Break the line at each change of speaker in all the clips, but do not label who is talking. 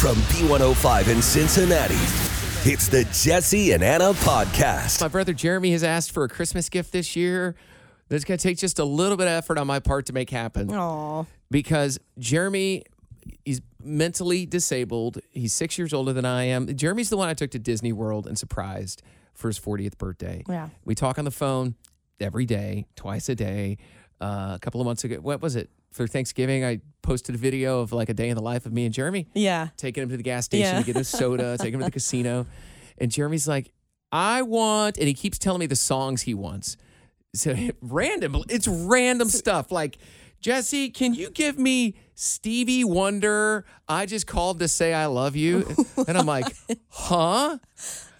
From B105 in Cincinnati, it's the Jesse and Anna podcast.
My brother Jeremy has asked for a Christmas gift this year. That's going to take just a little bit of effort on my part to make happen.
Aw.
Because Jeremy is mentally disabled. He's six years older than I am. Jeremy's the one I took to Disney World and surprised for his 40th birthday.
Yeah.
We talk on the phone every day, twice a day. Uh, a couple of months ago, what was it? For Thanksgiving, I posted a video of like a day in the life of me and Jeremy.
Yeah.
taking him to the gas station
Yeah.
to get a soda, taking him to the casino. And Jeremy's like, I want, and he keeps telling me the songs he wants. So random, it's random stuff. Like, Jesse, can you give me Stevie Wonder? I just called to say I love you. And I'm like, huh?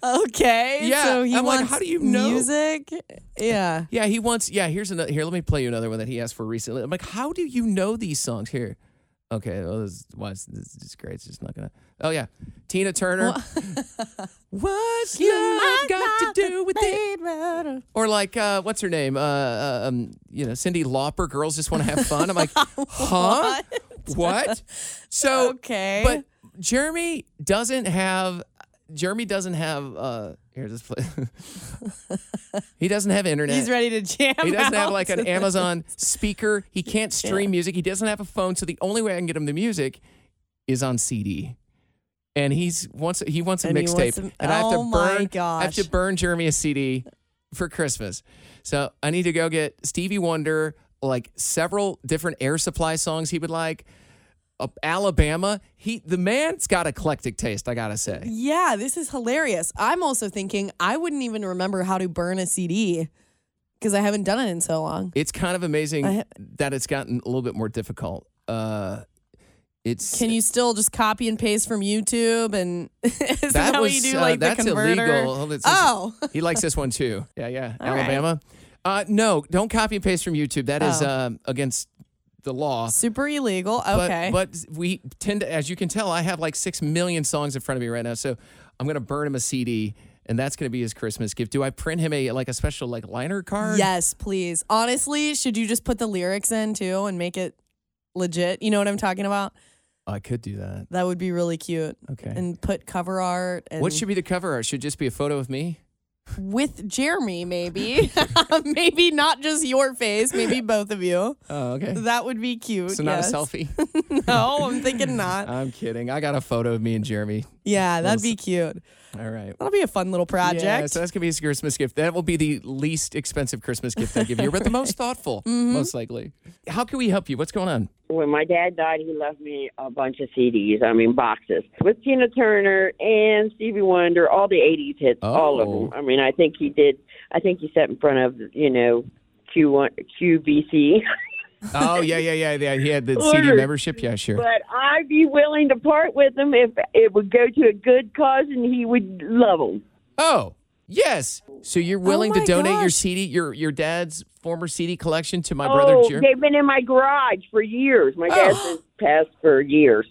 Okay.
Yeah,
So he
I'm like,
wants
how do you know?
Music. Yeah.
Yeah, he wants, yeah, here's another, here, let me play you another one that he asked for recently. I'm like, how do you know these songs? Here. Okay, well, this, why is this is great. It's just not gonna. Oh, yeah. Tina Turner. What's love got to do with it?
it.
Or like, uh, what's her name? Uh, uh, um, you know, Cindy Lauper. Girls just want to have fun. I'm like, huh? what? So
Okay.
but Jeremy doesn't have. Jeremy doesn't have. Uh, here, just play. he doesn't have internet.
He's ready to jam.
He doesn't have
out.
like an Amazon speaker. He can't stream music. He doesn't have a phone. So the only way I can get him the music is on CD. And he's wants he wants a
And he wants
mixtape,
some-
and I have to
oh my
burn. I have to
gosh.
burn Jeremy a CD for Christmas. So I need to go get Stevie Wonder, like several different Air Supply songs he would like. Uh, Alabama. He the man's got eclectic taste. I gotta say.
Yeah, this is hilarious. I'm also thinking I wouldn't even remember how to burn a CD because I haven't done it in so long.
It's kind of amazing
I ha-
that it's gotten a little bit more difficult. Uh, it's
Can you still just copy and paste from YouTube and is that, how you do
uh,
like
that's
the converter?
illegal. Hold it, this is-
Oh,
he likes this one too. Yeah, yeah,
All right.
Alabama. Uh, no, don't copy and paste from YouTube. That is
Oh.
um, against the law.
super illegal.
But-
Okay.
But, we tend to, as you can tell, I have like six million songs in front of me right now. So I'm gonna burn him a CD, and that's gonna be his Christmas gift. Do I print him a like a special like liner card?
Yes, please. Honestly, should you just put the lyrics in too and make it legit? You know what I'm talking about?
Oh, I could do that.
That would be really cute.
Okay.
And put cover art and
what should be the cover art? Should it just be a photo of me.
with Jeremy maybe. maybe not just your face, maybe both of you.
Oh, okay.
That would be cute.
So not
yes.
a Uh, selfie.
No, I'm thinking not.
I'm kidding. I got a photo of me and Jeremy.
Yeah, that'd
Little
be cute.
All right.
That'll be a fun little project.
Yeah, so that's gonna be his Christmas gift. That will be the least expensive Christmas gift I give you, but the most thoughtful, most likely. How can we help you? What's going on?
When my dad died, he left me a bunch of CDs. I mean, boxes with Tina Turner and Stevie Wonder, all the '80s hits, all of
Oh.
them. I mean, I think he did. I think he sat in front of you know Q1 QVC.
Oh yeah, yeah, yeah, yeah. He had the CD
Order.
membership. Yeah, sure.
But I'd be willing to part with them if it would go to a good cause and he would love them.
Oh yes. So you're willing to
Oh my
donate your
gosh.
CD, your your dad's former CD collection to my brother Oh.
Oh,
Jeremy?
they've been in my garage for years. My dad's been passed for years,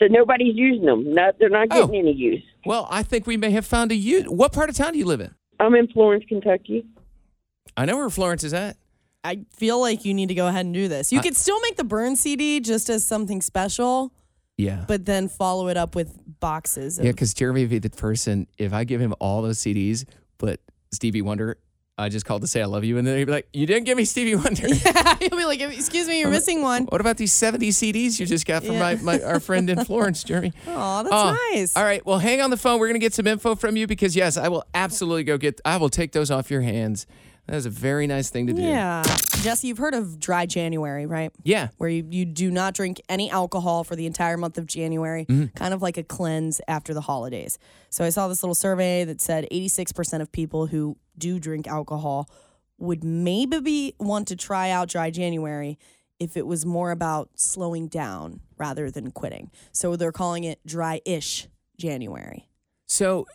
so nobody's using them. Not, they're not
Oh.
getting any use.
Well, I think we may have found a you. What part of town do you live in?
I'm in Florence, Kentucky.
I know where Florence is at.
I feel like you need to go ahead and do this. You could still make the burn CD just as something special,
Yeah.
but then follow it up with boxes. of-
Yeah, because Jeremy would be the person, if I give him all those CDs, but Stevie Wonder, I just called to say I love you. And then he'd be like, You didn't give me Stevie Wonder.
You'll be like, "Excuse me, you're missing one."
What about these 70 CDs you just got from
Yeah.
my, my our friend in Florence, Jeremy?
Oh, that's
Uh,
nice.
All right. Well, hang on the phone. We're going to get some info from you because, yes, I will absolutely go get, I will take those off your hands. That is a very nice thing to do.
Yeah. Jesse, you've heard of dry January, right?
Yeah.
Where you, you do not drink any alcohol for the entire month of January, kind of like a cleanse after the holidays. So I saw this little survey that said 86% of people who do drink alcohol would maybe be, want to try out dry January if it was more about slowing down rather than quitting. So they're calling it dry ish January.
So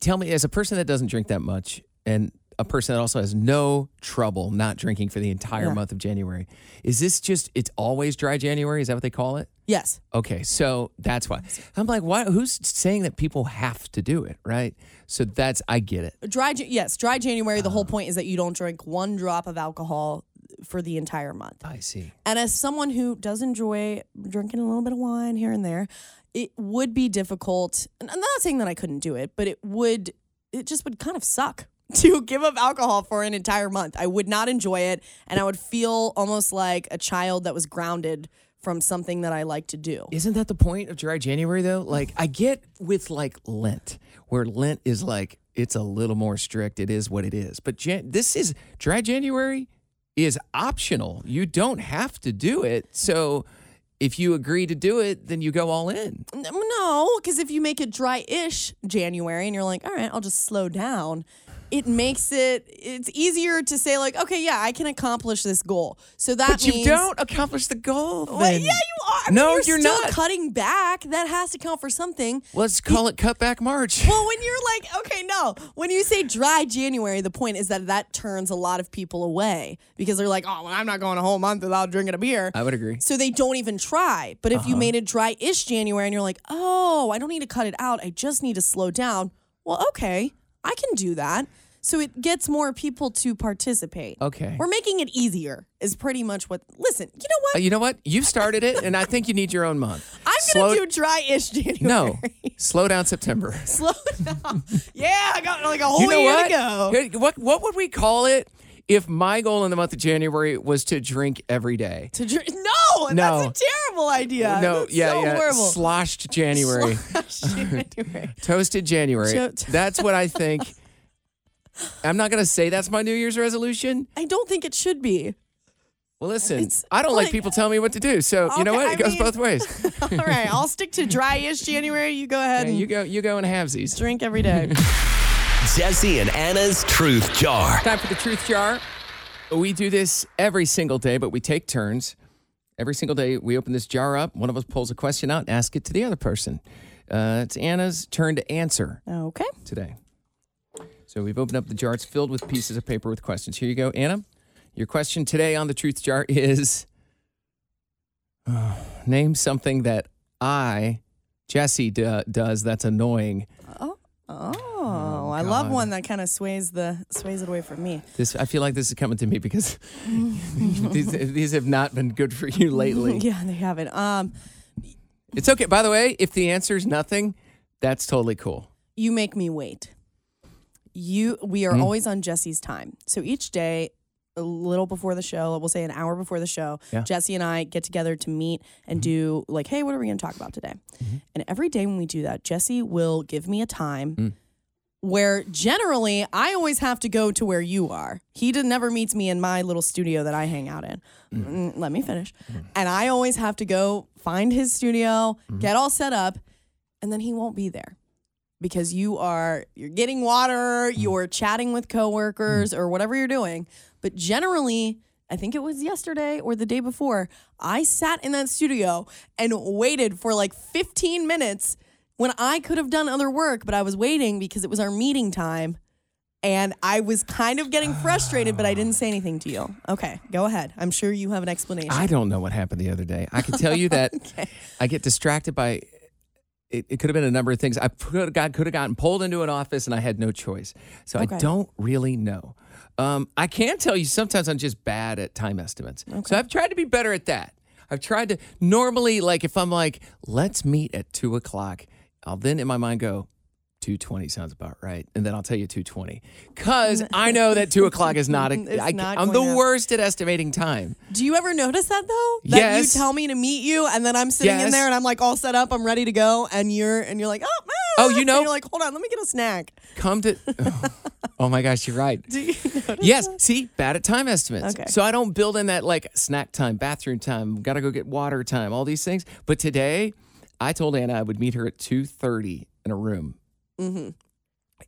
tell me, as a person that doesn't drink that much and a person that also has no trouble not drinking for the entire month of January, is this just, it's always dry January? Is that what they call it?
Yes.
Okay, so that's why. I'm like, why? Who's saying that people have to do it, right? So that's, I get it.
Dry, Ja- yes, dry January. The whole point is that you don't drink one drop of alcohol for the entire month.
I see.
And as someone who does enjoy drinking a little bit of wine here and there, it would be difficult. And I'm not saying that I couldn't do it, but it would, it just would kind of suck to give up alcohol for an entire month. I would not enjoy it. And I would feel almost like a child that was grounded from something that I like to do.
Isn't that the point of dry January though? Like I get with like Lent, where Lent is like it's a little more strict. It is what it is. But Jan- this is dry January is optional. You don't have to do it. So if you agree to do it, then you go all in.
N- No, because if you make it dry ish January and you're like, all right, I'll just slow down, it makes it, it's easier to say, like, okay, yeah, I can accomplish this goal. So that
But you
means-
don't accomplish the goal.
Well, yeah,
then.
you are. I mean,
No,
you're,
you're
still
not.
cutting back. That has to count for something.
Let's call it cutback March.
Well, when you're like, okay, no. When you say dry January, the point is that that turns a lot of people away because they're like, oh, well, I'm not going a whole month without drinking a beer.
I would agree.
So they don't even try. But if
Uh-huh.
you made it dry ish January and you're like, oh, I don't need to cut it out. I just need to slow down. Well, okay, I can do that. So it gets more people to participate.
Okay.
We're making it easier, is pretty much what. Listen, you know what?
Uh, you know what? You started it, and I think you need your own month.
I'm
Slow-
going to do dry ish January.
No, slow down September.
Slow down. yeah, I got like a whole
you know
year
what?
to Oh, go.
Here- what? What would we call it if my goal in the month of January was to drink every day?
to drink. No,
No.
that's a terrible idea.
no,
That's
yeah,
so
yeah,
horrible.
sloshed January,
January.
toasted January.
So-
that's what I think. I'm not gonna say that's my New Year's resolution.
I don't think it should be.
Well, listen,
It's
I don't like,
like-
people telling me what to do, so you know
Okay,
what? It
I
goes
mean-
both ways.
All right, I'll stick to dry-ish January. You go ahead
Yeah,
and
you go, you go in halvesies.
drink every day.
Jesse and Anna's Truth Jar.
Time for the truth jar. We do this every single day, but we take turns. Every single day, we open this jar up. One of us pulls a question out and ask it to the other person. Uh, it's Anna's turn to answer
okay.
today. So we've opened up the jar. It's filled with pieces of paper with questions. Here you go, Anna. Your question today on the truth jar is name something that I, Jesse, d- does that's annoying.
Oh, I love one that kind of sways the sways it away from me.
This I feel like this is coming to me because these, these have not been good for you lately.
Yeah, they haven't. Um,
It's okay. By the way, if the answer is nothing, that's totally cool.
you make me wait. You, we are always on Jesse's time. So each day, a little before the show, we'll say an hour before the show, Jesse and I get together to meet and do like, hey, what are we going to talk about today? And every day when we do that, Jesse will give me a time. Where generally I always have to go to where you are. He did, never meets me in my little studio that I hang out in. Mm, Mm-hmm. Let me finish. And I always have to go find his studio, get all set up, and then he won't be there because you are you're getting water, you're chatting with coworkers or whatever you're doing. But generally, I think it was yesterday or the day before, I sat in that studio and waited for like 15 minutes when I could have done other work, but I was waiting because it was our meeting time. And I was kind of getting frustrated, but I didn't say anything to you. Okay, go ahead. I'm sure you have an explanation.
I don't know what happened the other day. I can tell you that I get distracted by it, it could have been a number of things. I could have got, could have gotten pulled into an office and I had no choice. So I
Okay.
don't really know. Um, I can tell you sometimes I'm just bad at time estimates. So I've tried to be better at that. I've tried to normally like if I'm like, let's meet at two o'clock, I'll then in my mind go, 220 sounds about right. And then I'll tell you 220. Cause I know that two o'clock is not,
It's
a. I,
not
am the
going up.
worst at estimating time.
Do you ever notice that though? That
Yes.
you tell me to meet you, and then I'm sitting
Yes.
in there, and I'm like all set up, I'm ready to go, and you're and you're like, oh, ah,
Oh, you
and
know-
you're like, hold on, let me get a snack.
come to oh, my gosh you're right
Do you notice
yes see bad at time estimates
Okay.
so i don't build in that like snack time bathroom time gotta go get water time all these things but
Mm-hmm.
today i told anna i would meet her at 2.30 in a room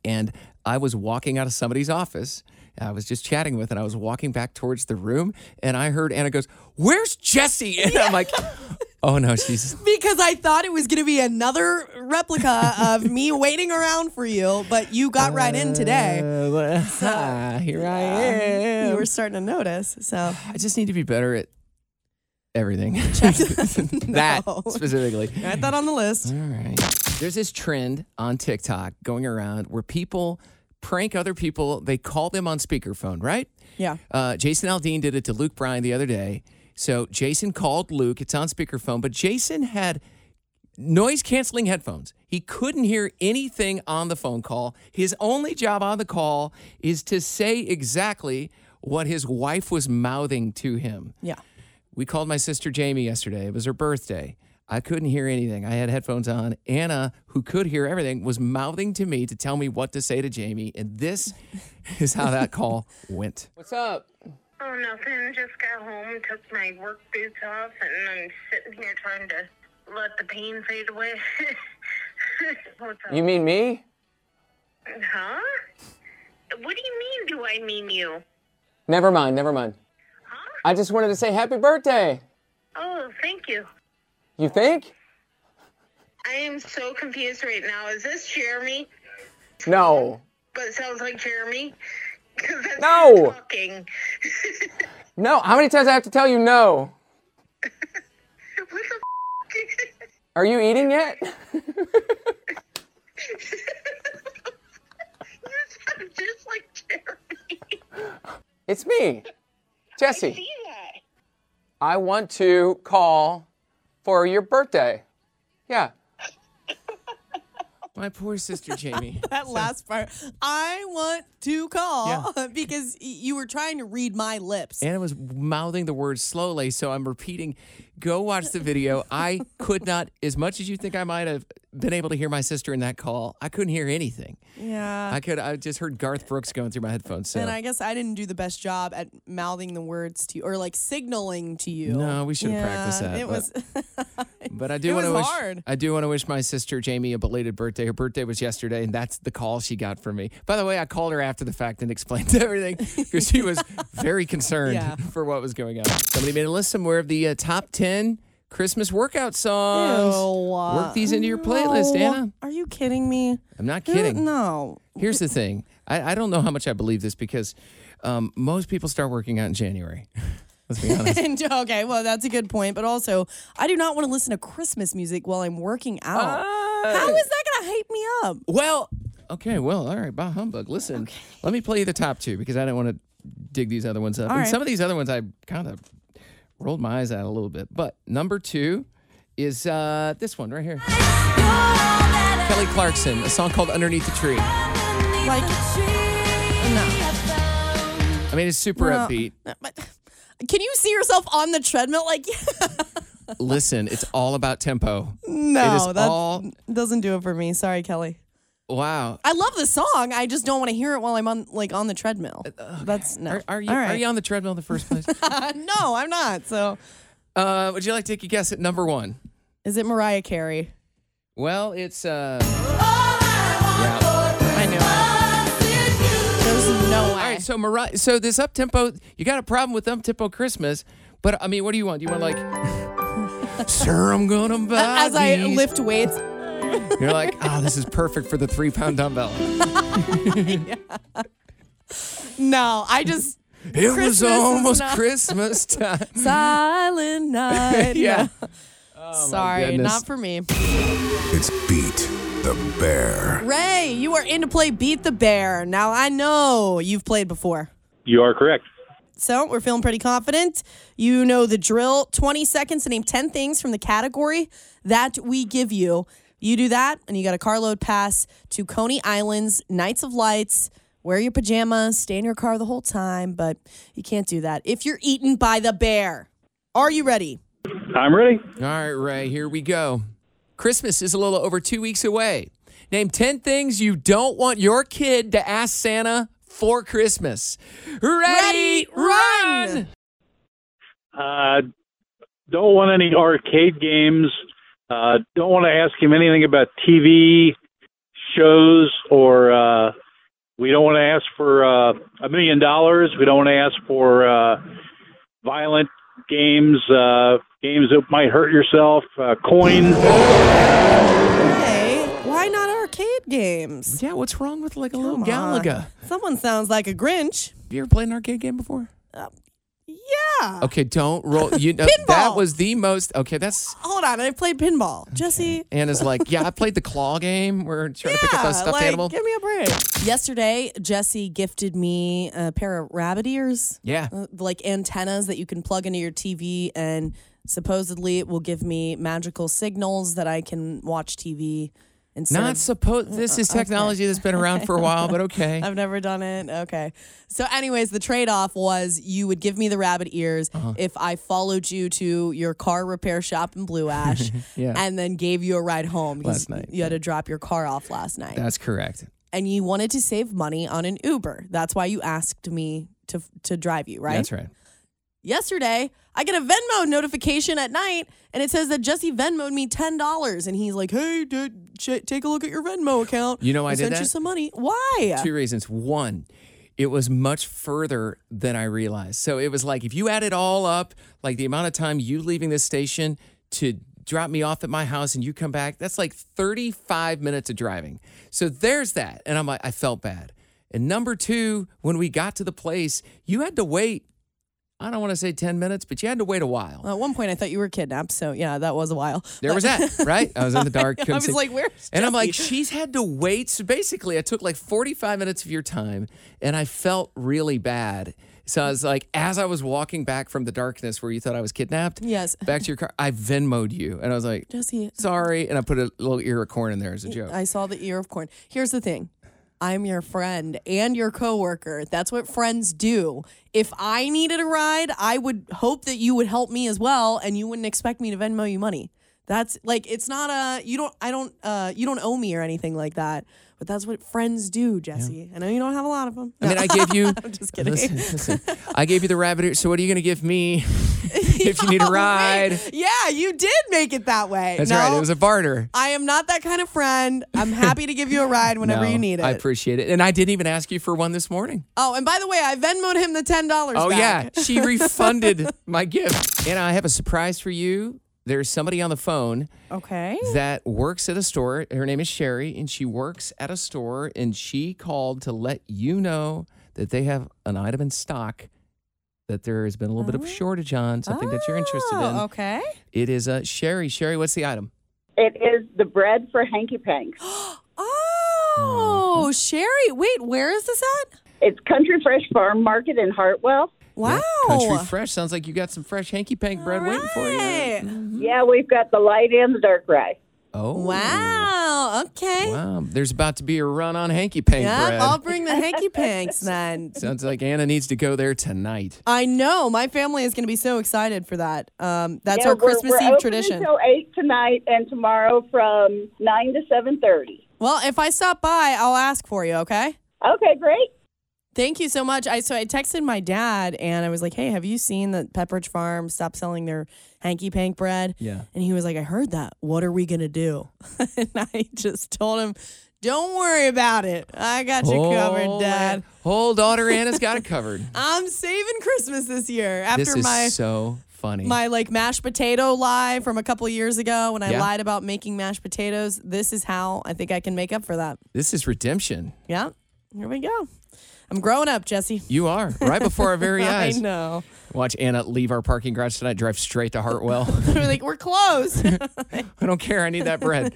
and I was walking out of somebody's office. I was just chatting with, and I was walking back towards the room, and I heard Anna goes, "Where's Jesse?" And I'm like, "Oh no, she's
Because I thought it was going to be another replica of me waiting around for you, but you got right in today.
Uh, hi, here I
You
am.
were starting to notice. So
I just need to be better at everything. that
No.
specifically.
add that on the list.
All right. There's this trend on TikTok going around where people prank other people. They call them on speakerphone, right?
Yeah.
Uh, Jason Aldean did it to Luke Bryan the other day. So Jason called Luke. It's on speakerphone, but Jason had noise canceling headphones. He couldn't hear anything on the phone call. His only job on the call is to say exactly what his wife was mouthing to him.
Yeah.
We called my sister Jamie yesterday. It was her birthday. I couldn't hear anything. I had headphones on. Anna, who could hear everything, was mouthing to me to tell me what to say to Jamie. And this is how that call went. What's up?
Oh, nothing. Just got home, took my work boots off, and I'm sitting here trying to let the pain fade away. What's up?
You mean me?
huh? What do you mean, do I mean you?
Never mind, never mind. I just wanted to say happy birthday.
Oh, thank you.
You think?
I am so confused right now. Is this Jeremy?
No.
But it sounds like Jeremy. 'Cause that's
No.
Talking.
No. How many times I have to tell you no?
what the f-
Are you eating yet?
You sound just like Jeremy.
It's me,
I
Jesse.
see that.
I want to call for your birthday. Yeah.
My poor sister Jamie.
That last part, I want to call because y- you were trying to read my lips.
Anna was mouthing the words slowly, so I'm repeating. Go watch the video. I could not, as much as you think I might have been able to hear my sister in that call, I couldn't hear anything.
yeah.
I could. I just heard Garth Brooks going through my headphones. So
and I guess I didn't do the best job at mouthing the words to you or like signaling to you.
No, we should've practiced that,
It
but-
was.
but I
it
do want to
was
wish.
hard.
I do want to wish my sister Jamie a belated birthday. Her birthday was yesterday, and that's the call she got from me. By the way, I called her after the fact and explained everything because she was very concerned
Yeah.
for what was going on. Somebody made a list somewhere of the uh, top ten Christmas workout songs.
Ew. uh,
Work these into your playlist,
No.
Anna.
Are you kidding me?
I'm not kidding.
No.
Here's the thing. I, I don't know how much I believe this because um, most people start working out in January. Let's be honest.
And, okay, well, that's a good point. But also, I do not want to listen to Christmas music while I'm working out.
Uh,
How is that going to hype me up?
Well, okay, well, all right, bah humbug. Listen, let me play you the top two because I don't want to dig these other ones up. and
right.
some of these other ones I kind of rolled my eyes at a little bit. But number two is uh, this one right here Kelly Clarkson, a song called Underneath the Tree.
Like, no.
I mean, it's super
Well-
upbeat.
But- Can you see yourself on the treadmill? Like,
Listen, it's all about tempo.
no, that
all-
doesn't do it for me. Sorry, Kelly.
Wow.
I love the song. I just don't want to hear it while I'm on, like, on the treadmill. That's no.
Uh, Are, are you
All
are
right.
you on the treadmill in the first place?
no, I'm not. So,
uh, would you like to take a guess at number one?
is it Mariah Carey?
Well, it's uh.
I knew it. There's no way.
All right, so Mariah, so this up tempo, you got a problem with up tempo Christmas, but I mean, what do you want? Do you want like, sir, I'm gonna buy
As I
these."
lift weights,
You're like, ah, this is perfect for the three pound dumbbell.
no, I just
It
Christmas
was
is
almost
not-
Christmas time.
silent night.
yeah, Oh
Sorry,
goodness.
not for me.
It's Beat the Bear.
Ray, you are in to play Beat the Bear. Now I know you've played before.
You are correct.
So we're feeling pretty confident. You know the drill. 20 seconds to name 10 things from the category that we give you. You do that, and you got a carload pass to Coney Islands, Nights of Lights. Wear your pajamas, stay in your car the whole time, but you can't do that if you're eaten by the bear. Are you ready?
I'm ready.
All right, Ray, here we go. Christmas is a little over two weeks away. Name 10 things you don't want your kid to ask Santa for Christmas. Ready,
Ready, run!
run!
Uh, don't want any arcade games. Uh, don't want to ask him anything about TV shows or uh, we don't want to ask for uh, a million dollars. We don't want to ask for uh, violent games, uh, games that might hurt yourself, uh, coin.
Hey, why not arcade games?
Yeah, what's wrong with like a little
Come on.
Galaga? Have
Someone sounds like a Grinch.
you ever played an arcade game before?
Yeah.
Okay, don't roll. You know that
Pinball.
was the most. Okay, that's
Hold on, I played pinball. Jesse.
Anna's like, yeah, I played the claw game. We're trying to pick up a stuffed
like,
animal.
Give me a break. Yesterday, Jesse gifted me a pair of rabbit ears,
Yeah,
uh, like antennas that you can plug into your TV, and supposedly it will give me magical signals that I can watch TV instead.
not
of-
supposed. This
uh,
is technology that's been around for a while, but okay.
I've never done it. Okay. So, anyways, the trade off was you would give me the rabbit ears
Uh-huh.
if I followed you to your car repair shop in Blue Ash
Yeah.
and then gave you a ride home
Last
because
night,
you had to drop your car off last night.
That's correct.
and you wanted to save money on an Uber. That's why you asked me to, to drive you, right?
That's right.
Yesterday, I get a Venmo notification at night and it says that Jesse Venmoed me $10. And he's like, hey, dude, ch- take a look at your Venmo account.
You know why I did
sent you
that?
some money. Why?
Two reasons. One, it was much further than I realized. So it was like if you add it all up, like the amount of time you leaving this station to drop me off at my house and you come back, that's like 35 minutes of driving. So there's that. And I'm like, I felt bad. And number two, when we got to the place, you had to wait. I don't want to say 10 minutes, but you had to wait a while.
Well, at one point, I thought you were kidnapped. So yeah, that was a while.
There was that, right? I was in the dark.
I
couldn't
was
see.
like, "Where's
And I'm like,
Jesse?"
she's had to wait. So basically, I took like 45 minutes of your time, and I felt really bad. So I was like, as I was walking back from the darkness where you thought I was kidnapped,
Yes.
back to your car, I Venmoed you, and I was like,
Jesse,
sorry, and I put a little ear of corn in there as a joke.
I saw the ear of corn. Here's the thing. I'm your friend and your coworker. That's what friends do. If I needed a ride, I would hope that you would help me as well and you wouldn't expect me to Venmo you money. That's like it's not a you don't I don't uh you don't owe me or anything like that. But that's what friends do, Jesse. I know you don't have a lot of them.
I mean, I gave you.
I'm just kidding.
Listen, listen. I gave you the rabbit ear. So what are you going to give me if you need a ride?
yeah, you did make it that way.
That's
no,
right. It was a barter.
I am not that kind of friend. I'm happy to give you a ride whenever
No,
you need it.
I appreciate it. And I didn't even ask you for one this morning.
oh, and by the way, I Venmoed him the ten dollars.
Oh yeah, she refunded my gift. And I have a surprise for you. There's somebody on the phone
Okay.
that works at a store. Her name is Sherry, and she works at a store. And she called to let you know that they have an item in stock that there has been a little bit of a shortage on, something that you're interested in.
Oh. Okay.
It is uh, Sherry. Sherry, what's the item?
It is the bread for hanky panks.
Oh, Sherry, wait, where is this at?
It's Country Fresh Farm Market in Hartwell.
Wow.
Country Fresh. Sounds like you got some fresh hanky pank bread waiting for you.
Right.
Yeah, we've got the light and the dark rye.
Oh.
Wow. Okay.
Wow. There's about to be a run on hanky pank
Yeah,
bread.
I'll bring the hanky panks then.
Sounds like Anna needs to go there tonight.
I know my family is going to be so excited for that. Um, that's
Yeah,
our
we're-
Christmas
we're
Eve
open
tradition.
Until eight tonight and tomorrow from nine to seven thirty.
well, if I stop by, I'll ask for you. Okay.
Okay, great.
Thank you so much. I so I texted my dad and I was like, "Hey, have you seen that Pepperidge Farm stopped selling their hanky pank bread?"
Yeah.
And he was like, "I heard that. What are we gonna do?" and I just told him, "Don't worry about it. I got you covered, Dad.
Whole daughter Anna's got it covered.
I'm saving Christmas this year after
this is
my."
so funny.
my like mashed potato lie from a couple years ago when I
Yeah.
lied about making mashed potatoes. This is how I think I can make up for that.
this is redemption.
Yeah. Here we go. I'm growing up, Jesse.
You are right before our very
I
eyes.
know.
Watch Anna leave our parking garage tonight, drive straight to Hartwell.
We're like, we're close.
I don't care. I need that bread.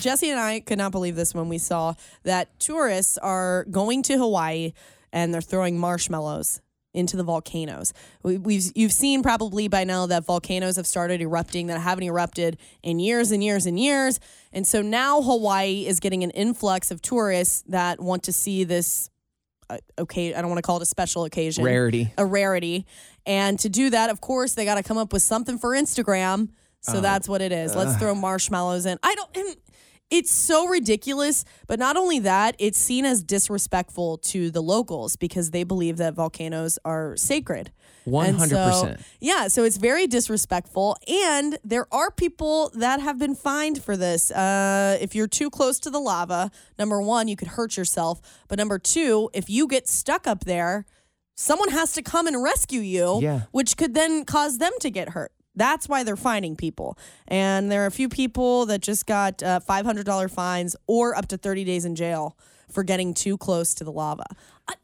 Jesse and I could not believe this when we saw that tourists are going to Hawaii and they're throwing marshmallows into the volcanoes. We, we've you've seen probably by now that volcanoes have started erupting that haven't erupted in years and years and years. And so now Hawaii is getting an influx of tourists that want to see this uh, okay, I don't want to call it a special occasion
Rarity.
a rarity. And to do that, of course, they got to come up with something for Instagram. So that's what it is. Let's throw marshmallows in. I don't. It's so ridiculous. But not only that, it's seen as disrespectful to the locals because they believe that volcanoes are sacred. And so-
100%.
yeah, so it's very disrespectful. And there are people that have been fined for this. Uh, if you're too close to the lava, number one, you could hurt yourself. But number two, if you get stuck up there, someone has to come and rescue you,
Yeah.
which could then cause them to get hurt. That's why they're finding people. And there are a few people that just got uh, $500 fines or up to 30 days in jail for getting too close to the lava. Uh, I,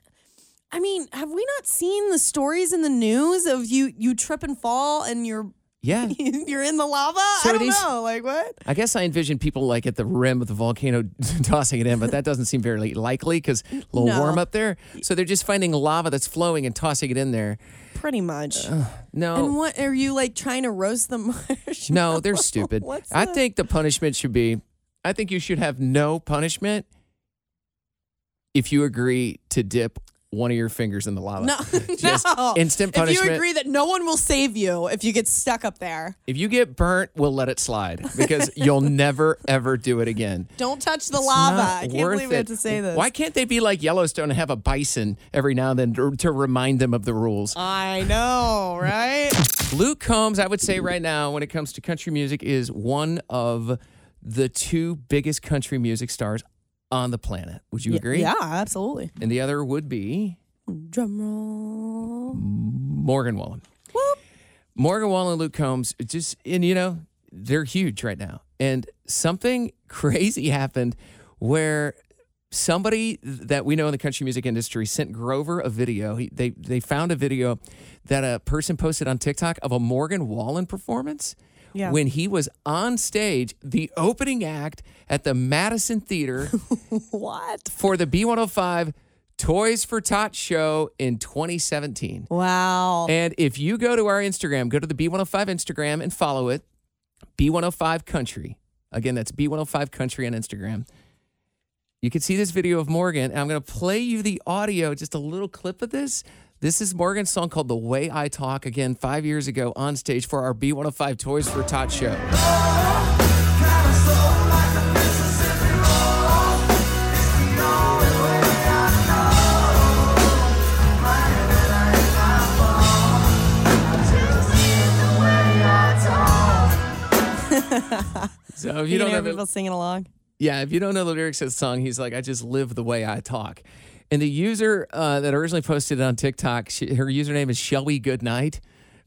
I mean, have we not seen the stories in the news of you you trip and fall and you're
Yeah.
you're in the lava?
So
I
are
don't
these-
know. Like what?
I guess I envision people like at the rim of the volcano tossing it in, but that doesn't seem very likely because a little
No.
warm up there. So they're just finding lava that's flowing and tossing it in there.
Pretty much.
No.
and what are you like trying to roast the marshmallow?
Oh. No, they're stupid.
What's
I
the-
think the punishment should be I think you should have no punishment if you agree to dip one of your fingers in the lava.
No,
Just
no.
instant
If
punishment.
you agree that no one will save you if you get stuck up there,
If you get burnt, we'll let it slide because you'll never ever do it again.
don't touch the
It's
lava.
not
I can't
worth
believe we have
it.
to say this.
Why can't they be like Yellowstone and have a bison every now and then to, to remind them of the rules?
I know, right?
Luke Combs, I would say right now, when it comes to country music, is one of the two biggest country music stars on the planet. Would you agree?
Yeah, absolutely.
And the other would be
Drum roll.
Morgan Wallen. Morgan Wallen and Luke Combs, just, and you know, they're huge right now. And something crazy happened where somebody that we know in the country music industry sent Grover a video. He, they, they found a video that a person posted on TikTok of a Morgan Wallen performance.
Yeah.
When he was on stage, the opening act at the Madison Theater
What?
for the B105 Toys for Tot show in 2017.
Wow.
And if you go to our Instagram, go to the B105 Instagram and follow it, B105 Country. Again, that's B105 Country on Instagram. You can see this video of Morgan. And I'm going to play you the audio, just a little clip of this. This is Morgan's song called The Way I Talk, again, five years ago on stage for our B105 Toys for Tot show. So if you,
you,
don't
can hear
have it,
people singing along.
Yeah, if you don't know the lyrics of the song, he's like, I just live the way I talk. And the user uh, that originally posted it on TikTok, she, her username is Shelby Goodnight,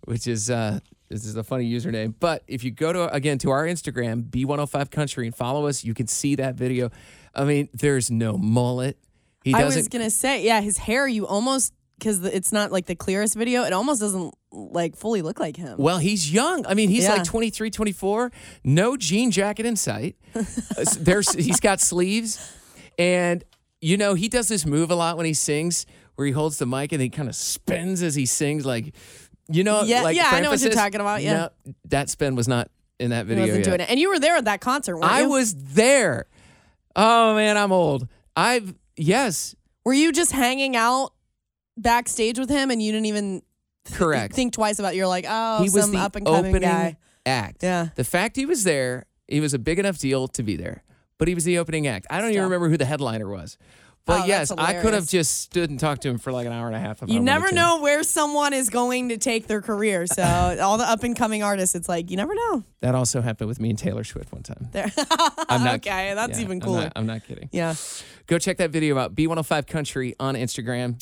which is uh, this is a funny username. But if you go to again to our Instagram, B105 Country, and follow us, you can see that video. I mean, there's no mullet. He
I
doesn't.
was gonna say, yeah, his hair. You almost because it's not like the clearest video. It almost doesn't like fully look like him.
well, he's young. I mean, he's
Yeah.
like 23, 24, no jean jacket in sight. Uh, s- There's he's got sleeves and you know, he does this move a lot when he sings where he holds the mic and he kind of spins as he sings like you know,
Yeah,
like
yeah,
for
I know what you're
emphasis.
talking about, yeah.
No, that spin was not in that
He
video.
wasn't
yet.
doing it. And you were there at that concert, weren't
I
you?
was there. Oh man, I'm old. I've yes,
Were you just hanging out backstage with him, and you didn't even
correct.
think twice about? it? You're like, oh,
he was
some
the
up and coming
opening
guy.
act.
Yeah.
The fact he was there, he was a big enough deal to be there, but he was the opening act. I don't even
Still.
remember who the headliner was. But
Oh,
yes,
that's
I could have
hilarious.
just stood and talked to him for like an hour and a half. If I
You
wanted
never
to.
know where someone is going to take their career. So all the up and coming artists, it's like you never know.
That also happened with me and Taylor Swift one time.
There.
I'm not
okay, that's
yeah,
even
I'm
cooler.
not- I'm not kidding.
yeah.
Go check that video out. B105 Country on Instagram.